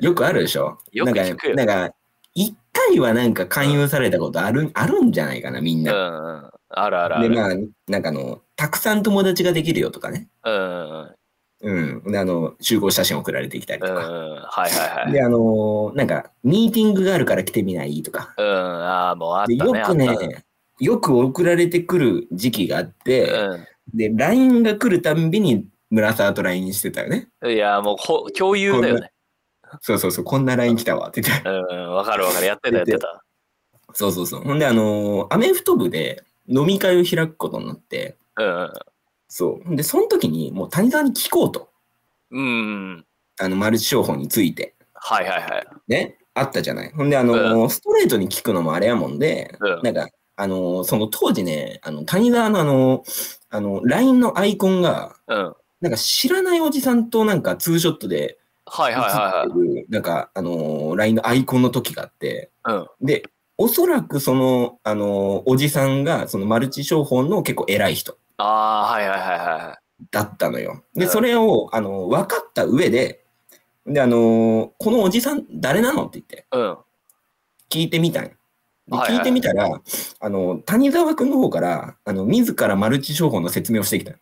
Speaker 2: よくあるでしょ
Speaker 1: よく聞くよ
Speaker 2: なんか、なんか、一回はなんか勧誘されたことある、あるんじゃないかな、みん
Speaker 1: うんう
Speaker 2: な。
Speaker 1: ん。あるあるあ
Speaker 2: で、
Speaker 1: る。
Speaker 2: まあ、なんかあの、たくさん友達ができるよとかね。
Speaker 1: うんうんうん。
Speaker 2: うん。で、あの、集合写真送られてきたり
Speaker 1: う
Speaker 2: と
Speaker 1: ん
Speaker 2: か。
Speaker 1: うん。はいはいはい。
Speaker 2: で、あのーなんか、ミーティングがあるから来てみないとか。
Speaker 1: うん。ああ、もうあっ
Speaker 2: で
Speaker 1: た
Speaker 2: よ
Speaker 1: ね。
Speaker 2: くね
Speaker 1: あった
Speaker 2: よく送られてくる時期があって、
Speaker 1: うん
Speaker 2: で LINE が来るたんびに村沢と LINE してたよね。
Speaker 1: いや、もうほ共有だよね。
Speaker 2: そうそうそう、こんな LINE 来たわって言って。
Speaker 1: うんうん、わかるわかる。やってた、やってた。
Speaker 2: そうそうそう。ほんで、あのーアメフト部で飲み会を開くことになって、
Speaker 1: うん
Speaker 2: そう。ほんで、その時にもう谷沢に聞こうと。
Speaker 1: うん。うん。
Speaker 2: あの、マルチ商法について。
Speaker 1: はいはいはい。
Speaker 2: ね。あったじゃない。ほんで、あのーストレートに聞くのもあれやもんで、
Speaker 1: うん
Speaker 2: なんか、あのーその当時ね、あの、谷沢のあのーあの、LINE のアイコンが、
Speaker 1: うん。はい
Speaker 2: なんか知らないおじさんとなんかツーショットで
Speaker 1: はい
Speaker 2: 映
Speaker 1: は
Speaker 2: っ
Speaker 1: い
Speaker 2: てる、なんか、あのー LINE のアイコンの時があって、
Speaker 1: はい。
Speaker 2: で、おそらくその、あのーおじさんが、そのマルチ商法の結構偉い人
Speaker 1: ああー、はいはいはいはいはい。
Speaker 2: だったのよ。
Speaker 1: う
Speaker 2: で、
Speaker 1: ん
Speaker 2: それを、あのー分かった上で、で、あのーこのおじさん誰なのって言って、
Speaker 1: うん。
Speaker 2: 聞いてみたんよで
Speaker 1: はいはい
Speaker 2: 聞いてみたら、あのー、谷沢くんの方から、あの、自らマルチ商法の説明をしてきたよ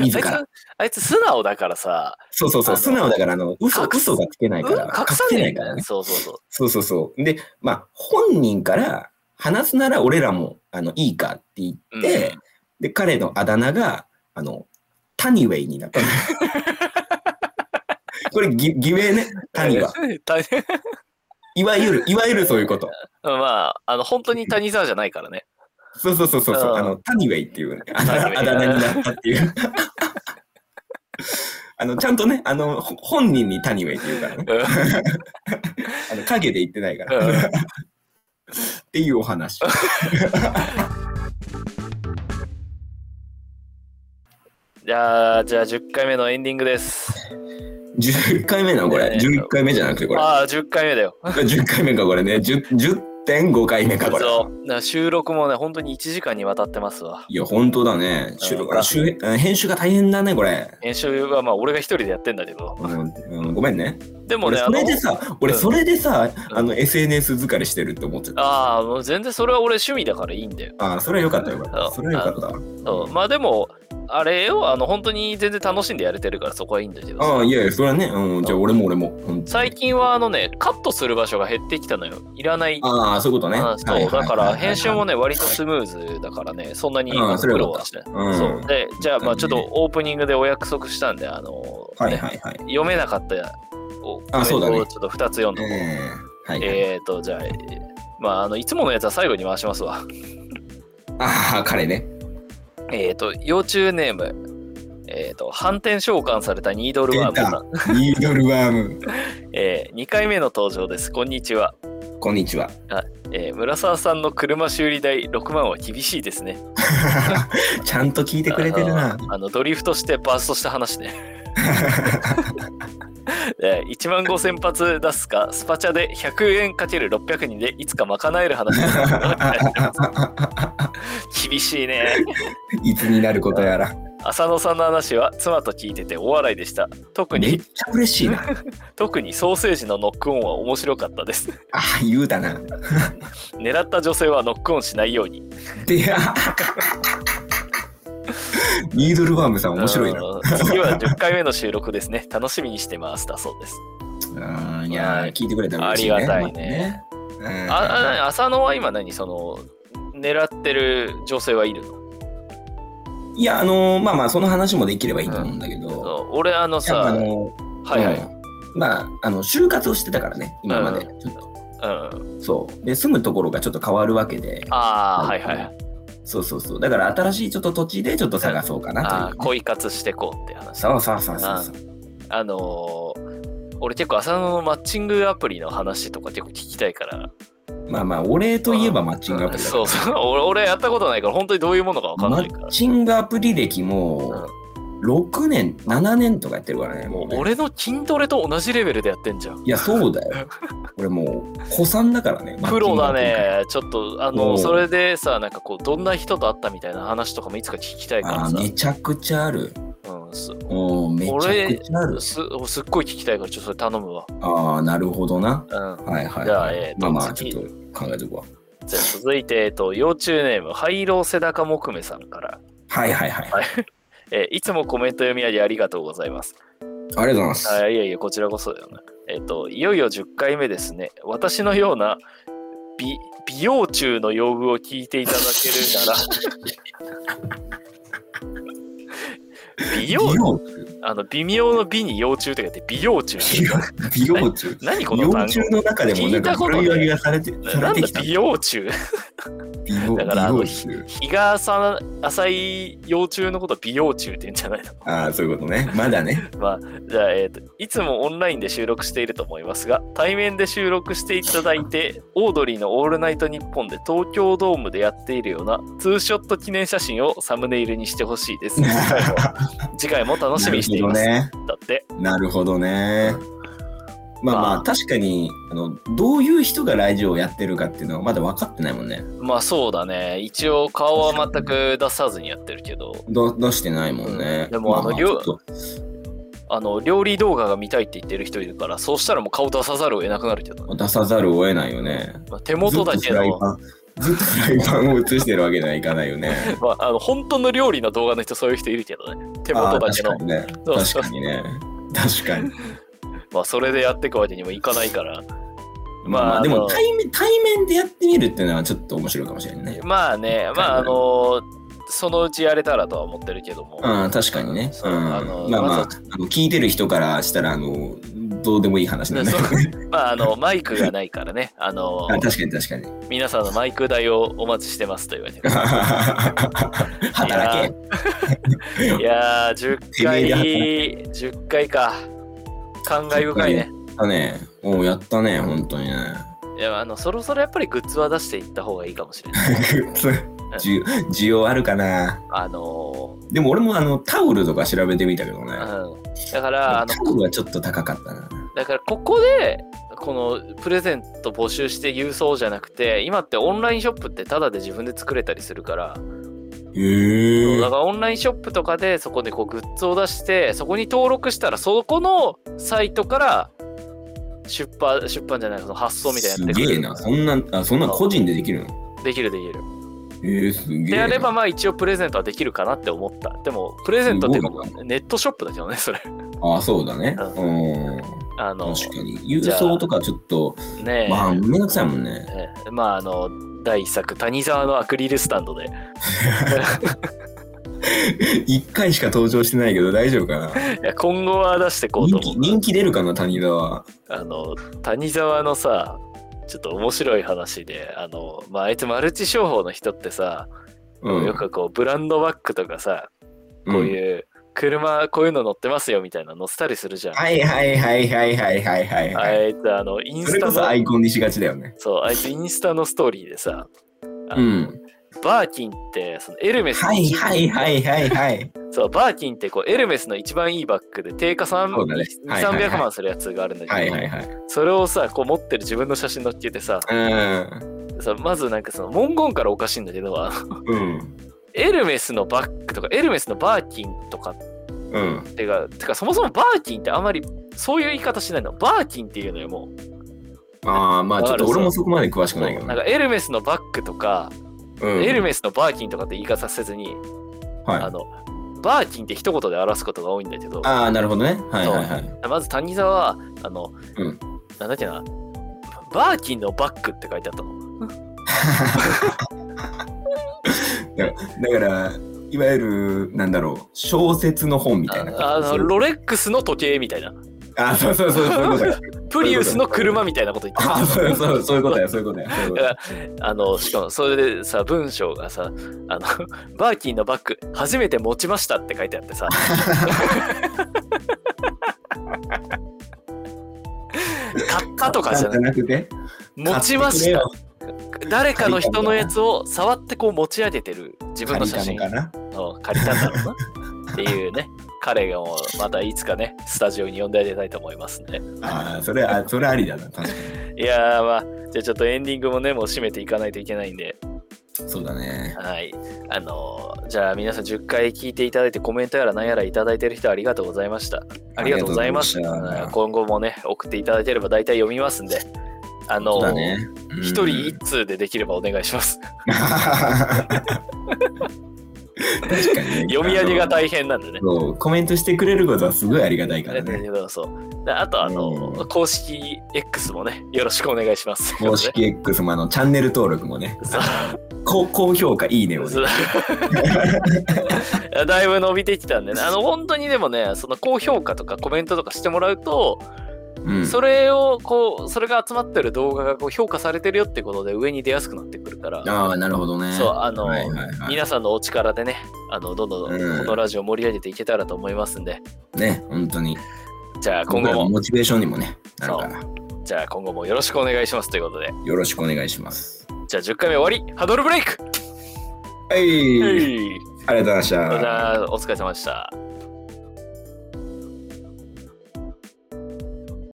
Speaker 2: 自
Speaker 1: あい
Speaker 2: ら。
Speaker 1: つ、あいつ素直だからさ、
Speaker 2: そうそうそ
Speaker 1: あ
Speaker 2: う、
Speaker 1: の
Speaker 2: 素直だから、あの、嘘、
Speaker 1: 隠す
Speaker 2: 嘘がつけな
Speaker 1: う
Speaker 2: い
Speaker 1: ん、
Speaker 2: か
Speaker 1: 隠
Speaker 2: ら、
Speaker 1: さ
Speaker 2: け
Speaker 1: ね
Speaker 2: な
Speaker 1: え
Speaker 2: い
Speaker 1: ん
Speaker 2: か
Speaker 1: だ
Speaker 2: ら
Speaker 1: よね。
Speaker 2: ね。
Speaker 1: そうそうそう。
Speaker 2: そうそうそう。で、まあ、本人から話すなら俺らもあのいいかって言って、
Speaker 1: うん
Speaker 2: で、彼のあだ名が、あの、タニウェイに
Speaker 1: *laughs*
Speaker 2: なった。これぎ、偽名ね、タ
Speaker 1: *laughs*
Speaker 2: ニは。
Speaker 1: 谷
Speaker 2: いわゆる、いわゆるそういうこと。
Speaker 1: まあ、あの、本当に谷沢じゃないからね。
Speaker 2: そうそうそうそうそう、
Speaker 1: うん
Speaker 2: あの、タニウェイっていうね、あ
Speaker 1: タニウェイ
Speaker 2: だあだ名になったって
Speaker 1: *laughs*
Speaker 2: いう。あの、ちゃんとね、あの、ほ本人にタニウェイって言うからね。
Speaker 1: う
Speaker 2: *laughs*
Speaker 1: ん
Speaker 2: あの影で言ってないから。
Speaker 1: うん
Speaker 2: っていうお話。
Speaker 1: じゃあ、じゃあ10回目のエンディングです。
Speaker 2: 10回目なのこれ。
Speaker 1: ね
Speaker 2: 11回目じゃなくてこれ。
Speaker 1: ああ、10回目だよ。
Speaker 2: 10回目かこれね 10, 10.5回目かこれ
Speaker 1: そう。だから収録もね、本当に1時間にわたってますわ。
Speaker 2: いや本当だね収録あ収編編集が大変だねこれ、
Speaker 1: 編集はまあ、俺が一人でやってんだけど。
Speaker 2: うんうんごめんね
Speaker 1: でも
Speaker 2: 俺
Speaker 1: ね、あ
Speaker 2: そ
Speaker 1: の
Speaker 2: れ、でさ俺
Speaker 1: うん
Speaker 2: それでさ、
Speaker 1: うん
Speaker 2: あの SNS 疲れしてるって思ってた
Speaker 1: ああ、もう全然それは俺趣味だからいいんだよ。
Speaker 2: ああそれはよかったよかっ
Speaker 1: そ
Speaker 2: た
Speaker 1: う
Speaker 2: それはよかっ
Speaker 1: そうまあでも、あれを、あの、本当に全然楽しんでやれてるからそこはいいんだけど
Speaker 2: た
Speaker 1: さ。
Speaker 2: ああいやいやそれはね、うん、じゃあ俺も俺も本当に
Speaker 1: 最近はあのね、カットする場所が減ってきたのよ。いらない。
Speaker 2: ああそういうことね
Speaker 1: あそう、だから編集も
Speaker 2: ね
Speaker 1: ね、割とスムーズだからね、そんなに
Speaker 2: あーそれ
Speaker 1: 苦
Speaker 2: は
Speaker 1: 労
Speaker 2: よか
Speaker 1: は
Speaker 2: った
Speaker 1: しない。
Speaker 2: うん
Speaker 1: そう。で、じゃあ、まあ
Speaker 2: うん
Speaker 1: ちょっとオープニングでお約束したんで、あのー、
Speaker 2: はい
Speaker 1: ね
Speaker 2: はいはい
Speaker 1: 読めなかったお
Speaker 2: あそうだね
Speaker 1: コメントをちょっと2つ読ん
Speaker 2: え
Speaker 1: で。
Speaker 2: ー、はい、
Speaker 1: えーと、じゃあ、えーまあ、あの、いつものやつは最後に回しますわ。
Speaker 2: ああ
Speaker 1: *laughs*
Speaker 2: 彼ね
Speaker 1: えーと、幼虫ネーム。えーと、反転召喚されたニードル
Speaker 2: 出
Speaker 1: ワームさ
Speaker 2: た
Speaker 1: ん。
Speaker 2: ニードルワーム
Speaker 1: えー、2回目の登場です。こんにちは。
Speaker 2: こんにちは *laughs*
Speaker 1: えー村沢さんの車修理代6万は厳しいですね。
Speaker 2: ちゃんと聞いてくれてるな
Speaker 1: あ。のあのドリフトしてバーストした話ね。
Speaker 2: *laughs*
Speaker 1: えー1万5000発出すか、スパチャで100円かける600人でいつか賄える話です厳しいね。
Speaker 2: いつになることやら。
Speaker 1: 浅野さんの話は妻と聞いてて大笑いでした。特
Speaker 2: めっ
Speaker 1: に
Speaker 2: ちゃ嬉しいな。
Speaker 1: 特にソーセージのノックオンは面白かったです。
Speaker 2: ああ、言うだな。
Speaker 1: 狙った女性はノックオンしないように。
Speaker 2: で、あニードルワームさん面白いな。
Speaker 1: うん次は10回目の収録ですね。 *laughs* 楽しみにしてます。だそうです。
Speaker 2: あーいやー、聞いてくれたら嬉しいね。
Speaker 1: ありがたいね
Speaker 2: まあね。うん
Speaker 1: あ、あ浅野は今何その、狙ってる女性はいるの
Speaker 2: いや、あのーまあまあ、その話もできればいいと思うんだけど、
Speaker 1: そう俺あの
Speaker 2: やっぱ
Speaker 1: さ、
Speaker 2: あの
Speaker 1: はいは
Speaker 2: う
Speaker 1: い。
Speaker 2: んまあ、あの、就活をしてたからね、今まで。
Speaker 1: う
Speaker 2: ちょっと
Speaker 1: うん。
Speaker 2: そう。で、住むところがちょっと変わるわけで、
Speaker 1: ああ、
Speaker 2: は
Speaker 1: はい
Speaker 2: い
Speaker 1: はいはい。
Speaker 2: そうそうそう。だから、新しいちょっと土地でちょっと探そうか
Speaker 1: あ
Speaker 2: な
Speaker 1: あ
Speaker 2: という、
Speaker 1: 恋活してこうって話。
Speaker 2: そうそうそうそうそう。
Speaker 1: あのー俺結構浅野のマッチングアプリの話とか結構聞きたいから。
Speaker 2: まあまあ、お礼といえばマッチングアプリだか
Speaker 1: そ
Speaker 2: ら
Speaker 1: うそう。 *laughs* 俺俺やったことないから、本当にどういうものかわかん
Speaker 2: マ
Speaker 1: ないから
Speaker 2: ッ。チングアプリ歴も6年、7年とかやってるからね、
Speaker 1: も
Speaker 2: もう
Speaker 1: う
Speaker 2: ね、
Speaker 1: 俺の筋トレと同じレベルでやってんじゃん。
Speaker 2: いや、そうだ
Speaker 1: *laughs*
Speaker 2: よ。俺もう、子さんだからね。
Speaker 1: プロだね。ちょっと、あ
Speaker 2: お
Speaker 1: の、
Speaker 2: う
Speaker 1: それでさ、なんかこう、どんな人と会ったみたいな話とかもいつか聞きたいか
Speaker 2: マ
Speaker 1: ら
Speaker 2: ッチングアプリ。あ
Speaker 1: さ
Speaker 2: ー。めちゃくちゃある。
Speaker 1: うん、す
Speaker 2: おーめちゃくちゃある。
Speaker 1: すすっごい聞きたいから、ちょっとそれ頼むわ。
Speaker 2: ああ、なるほどな。
Speaker 1: うん。
Speaker 2: はいはい。
Speaker 1: じゃあえーと
Speaker 2: まあまあ、
Speaker 1: 次
Speaker 2: ちょっと考えとくわ。
Speaker 1: じゃあ続いて、えっと、幼虫ネーム、灰色背中木目さんから、
Speaker 2: はいはいはい。
Speaker 1: はいえーいつもコメント読み上げありがとうございます。
Speaker 2: ありがとうございます。
Speaker 1: あいやいや、こちらこそだよな。えっ、と、いよいよ10回目ですね。私のような美美容中の用具を聞いていただける
Speaker 2: *laughs*
Speaker 1: なら。美容
Speaker 2: 美容
Speaker 1: あの微妙の美に幼虫って書いて美容虫
Speaker 2: 美容美容中。
Speaker 1: 何こ
Speaker 2: 美
Speaker 1: の
Speaker 2: 容
Speaker 1: 単
Speaker 2: 中の中でも
Speaker 1: 聞
Speaker 2: ないん
Speaker 1: た
Speaker 2: か
Speaker 1: ことない
Speaker 2: 黒いりがされて
Speaker 1: 語
Speaker 2: さ
Speaker 1: な
Speaker 2: れ
Speaker 1: ん
Speaker 2: て
Speaker 1: だ
Speaker 2: きた。
Speaker 1: 美容虫 *laughs*
Speaker 2: 美容
Speaker 1: だからあの
Speaker 2: 美容中。
Speaker 1: 日がさ浅い幼虫のことを美容虫って言うんじゃないの *laughs*
Speaker 2: ああ、そういうことね。まだね。
Speaker 1: まあ、じゃあ、えーと、いつもオンラインで収録していると思いますが、対面で収録していただいて、オードリーのオールナイトニッポンで東京ドームでやっているようなツーショット記念写真をサムネイルにしてほしい
Speaker 2: *laughs*
Speaker 1: です。次回も次回も楽しみにしています。
Speaker 2: なるほどね。
Speaker 1: だって、
Speaker 2: なるほどね。まあま
Speaker 1: まあ
Speaker 2: あ確かにあのどういう人がラジオをやってるかっていうのはまだ分かってないもんね。
Speaker 1: まあそうだね。一応顔は全く出さずにやってるけど、
Speaker 2: ど出してないもんね。
Speaker 1: でもあの
Speaker 2: まま
Speaker 1: りょ
Speaker 2: ちょっと
Speaker 1: あの、料理動画が見たいって言ってる人いるから、そうしたらもう顔出さざるを得なくなるけどね、
Speaker 2: 出さざるを得ないよね。
Speaker 1: まあ手元だけ
Speaker 2: ずっとフライ
Speaker 1: の、
Speaker 2: パン *laughs* ずっとフライパンを映してるわけにはいかないよね。
Speaker 1: まあ、あの本当の料理の動画の人そういう人いるけどね。手
Speaker 2: あ
Speaker 1: 元
Speaker 2: あ
Speaker 1: だけの
Speaker 2: 確か。にね。
Speaker 1: そう
Speaker 2: 確かにね。確かに。
Speaker 1: まあそれでやっていくわけにもいかないから。 *laughs* ま
Speaker 2: ま
Speaker 1: あ
Speaker 2: あ、まあ、で
Speaker 1: あの
Speaker 2: も対面対面でやってみるっていうのはちょっと面白いかもしれないね。
Speaker 1: まあね、まああの、そのうちやれたらとは思ってるけども。
Speaker 2: うん、確かにね。、
Speaker 1: そううんあの
Speaker 2: まあま
Speaker 1: ま
Speaker 2: ああの、聞いてる人からしたら、あの、どうでもいい話なんだけど
Speaker 1: そうまああの、
Speaker 2: *laughs*
Speaker 1: マイクがないからね、あの、
Speaker 2: あ確かに確かに。 *laughs*
Speaker 1: 皆さんのマイク代をお待ちしてますと言われてる。
Speaker 2: 働け。
Speaker 1: いやー、10回、
Speaker 2: て
Speaker 1: 10回か。感慨深いね。
Speaker 2: やったね。おうやったね、本当にね。
Speaker 1: いや、あの、そろそろやっぱりグッズは出していった方がいいかもしれ
Speaker 2: *laughs*
Speaker 1: ない。
Speaker 2: 需需要あるかな。
Speaker 1: あの
Speaker 2: でも俺もあのタオルとか調べてみたけどね。
Speaker 1: ー、うん。だから、
Speaker 2: タ
Speaker 1: あの、
Speaker 2: オルはちょっと高かったな。
Speaker 1: だからここでこのプレゼント募集して郵送じゃなくて今ってオンラインショップってタダで自分で作れたりするから、
Speaker 2: へえ
Speaker 1: だからオンラインショップとかでそこでこうグッズを出してそこに登録したらそこのサイトから出版出版じゃないその発送みたいな
Speaker 2: す
Speaker 1: のやってく
Speaker 2: げ
Speaker 1: れ
Speaker 2: え
Speaker 1: る
Speaker 2: な。そんな、あそんな個人でできるの
Speaker 1: できるできる
Speaker 2: ええすげえな。
Speaker 1: であればまあ一応プレゼントはできるかなって思ったでもプレゼントっていうか
Speaker 2: すごい
Speaker 1: ネットショップだけどねそれ
Speaker 2: あ、そうだね。
Speaker 1: う
Speaker 2: うん。
Speaker 1: あの
Speaker 2: 確かに。郵送とかちょっと、
Speaker 1: ねえ
Speaker 2: まあ、めんどくさいもんね。 *laughs*
Speaker 1: ええまああの第一作谷沢のアクリルスタンドで
Speaker 2: 一回しか登場してないけど大丈夫かな。
Speaker 1: いや今後は出してこうと
Speaker 2: 人
Speaker 1: 思
Speaker 2: 気
Speaker 1: う。
Speaker 2: 人気出るかな、谷田は。
Speaker 1: あの谷沢のさちょっと面白い話であの、まあ、あいつマルチ商法の人ってさ、
Speaker 2: うん。
Speaker 1: よくこうブランドバッグとかさこういう、車こういうの乗ってますよみたいな載せたりするじゃん。
Speaker 2: はいはいはいはいはいはいはい
Speaker 1: あ
Speaker 2: はい。
Speaker 1: いつあのイン
Speaker 2: そ
Speaker 1: ス
Speaker 2: れ
Speaker 1: タ
Speaker 2: こそ
Speaker 1: の
Speaker 2: アイコンにしがちだよね。
Speaker 1: そうあいつインスタのストーリーでさ、あ
Speaker 2: う
Speaker 1: の
Speaker 2: ん。
Speaker 1: バーキンってそのエルメスの
Speaker 2: はい
Speaker 1: 一
Speaker 2: はいはいはいはい。
Speaker 1: そうバーキンってこうエルメスの一番いいバッグで定価3
Speaker 2: そうだね
Speaker 1: 2
Speaker 2: はいはいはい
Speaker 1: 300万するやつがあるんだけど、
Speaker 2: はいはいはい。
Speaker 1: それをさこう持ってる自分の写真載っけてさ
Speaker 2: うん。
Speaker 1: さまずなんかその文言からおかしいんだけどあ *laughs* の
Speaker 2: うん。
Speaker 1: エルメスのバッグとかエルメスのバーキンとかっ
Speaker 2: うん。
Speaker 1: てかてかそもそもバーキンってあんまりそういう言い方しないのバーキンっていうのよもう
Speaker 2: ああ、まあちょっと俺もそこまで詳しくないけど
Speaker 1: なん
Speaker 2: ね。
Speaker 1: かエルメスのバッグとか、
Speaker 2: うん
Speaker 1: エルメスのバーキンとかって言い方せずに、
Speaker 2: はい。
Speaker 1: あ
Speaker 2: あ
Speaker 1: のバーキンって一言で表すことが多いんだけど
Speaker 2: あー、なるほどね。はいはいはい。
Speaker 1: まず谷沢はあの、
Speaker 2: うん
Speaker 1: なんだっけなバーキンのバッグって書いてあったの
Speaker 2: だから、いわゆる、なんだろう、小説の本みたいな
Speaker 1: ああ
Speaker 2: 感じ。
Speaker 1: のロレックスの時計みたいな
Speaker 2: あそうそうそう、そういうこと
Speaker 1: *laughs*
Speaker 2: や。
Speaker 1: プリウスの車みたいなこと言ってた
Speaker 2: あそうそう、そういうことや、そういうことや。そういうことや
Speaker 1: あのしかもそれでさ文章がさあの *laughs* 「バーキンのバッグ初めて持ちました」って書いてあってさ買ったとかじゃな
Speaker 2: 買
Speaker 1: い
Speaker 2: ったじゃなくて、
Speaker 1: 持ちました
Speaker 2: 買って
Speaker 1: 誰かの人のやつを触ってこう持ち上げてる自分の写真
Speaker 2: くれよ借りたのかな。
Speaker 1: を借りたんだろうなっていうね彼がもうまたいつかねスタジオに呼んであげたいと思いますね
Speaker 2: ああ、それあそれありだな、確か
Speaker 1: いやーまあじゃあちょっとエンディングもねもう締めていかないといけないんで
Speaker 2: に。そうだね。
Speaker 1: はい。あのーじゃあ皆さん10回聞いていただいてコメントやら何やらいただいてる人ありがとうございました。ありがとうございます。
Speaker 2: ありがとうございました
Speaker 1: 今後もね、送っていただければ大体読みますんで、あの
Speaker 2: そうだ
Speaker 1: ー、
Speaker 2: ね。うん
Speaker 1: 一、人一通でできればお願いします。
Speaker 2: 確かにね
Speaker 1: 読み上げが大変なんでね。
Speaker 2: そうコメントしてくれることはすごいありがたいからね。
Speaker 1: *laughs* そうそうであと、あのー
Speaker 2: う
Speaker 1: 公式 X もね、よろしくお願いします。
Speaker 2: 公式 X もあのチャンネル登録もね、
Speaker 1: そう。
Speaker 2: 高高評価、いい
Speaker 1: *laughs*
Speaker 2: ねをね。
Speaker 1: そうだいぶ伸びてきたんでね、あの本当にでもね、その高評価とかコメントとかしてもらうと、
Speaker 2: うん
Speaker 1: それをこうそれが集まってる動画がこう評価されてるよってことで上に出やすくなってくるから、
Speaker 2: ああ、なるほどね。
Speaker 1: そうあの、
Speaker 2: はいはいはい
Speaker 1: 皆さんのお力でねあのどんどんこ
Speaker 2: うん
Speaker 1: のラジオ盛り上げていけたらと思いますんで、
Speaker 2: ね、本当に。
Speaker 1: じゃあ今
Speaker 2: 僕ら
Speaker 1: 後
Speaker 2: の
Speaker 1: も
Speaker 2: モチベーションにもね、なるから。
Speaker 1: じゃあ今後もよろしくお願いしますということで
Speaker 2: よろしくお願いします。
Speaker 1: じゃあ10回目終わりハドルブレイク、
Speaker 2: はい、あり
Speaker 1: は
Speaker 2: がと
Speaker 1: い
Speaker 2: うございまし
Speaker 1: それ
Speaker 2: た
Speaker 1: じ。ゃあお疲れ様でした。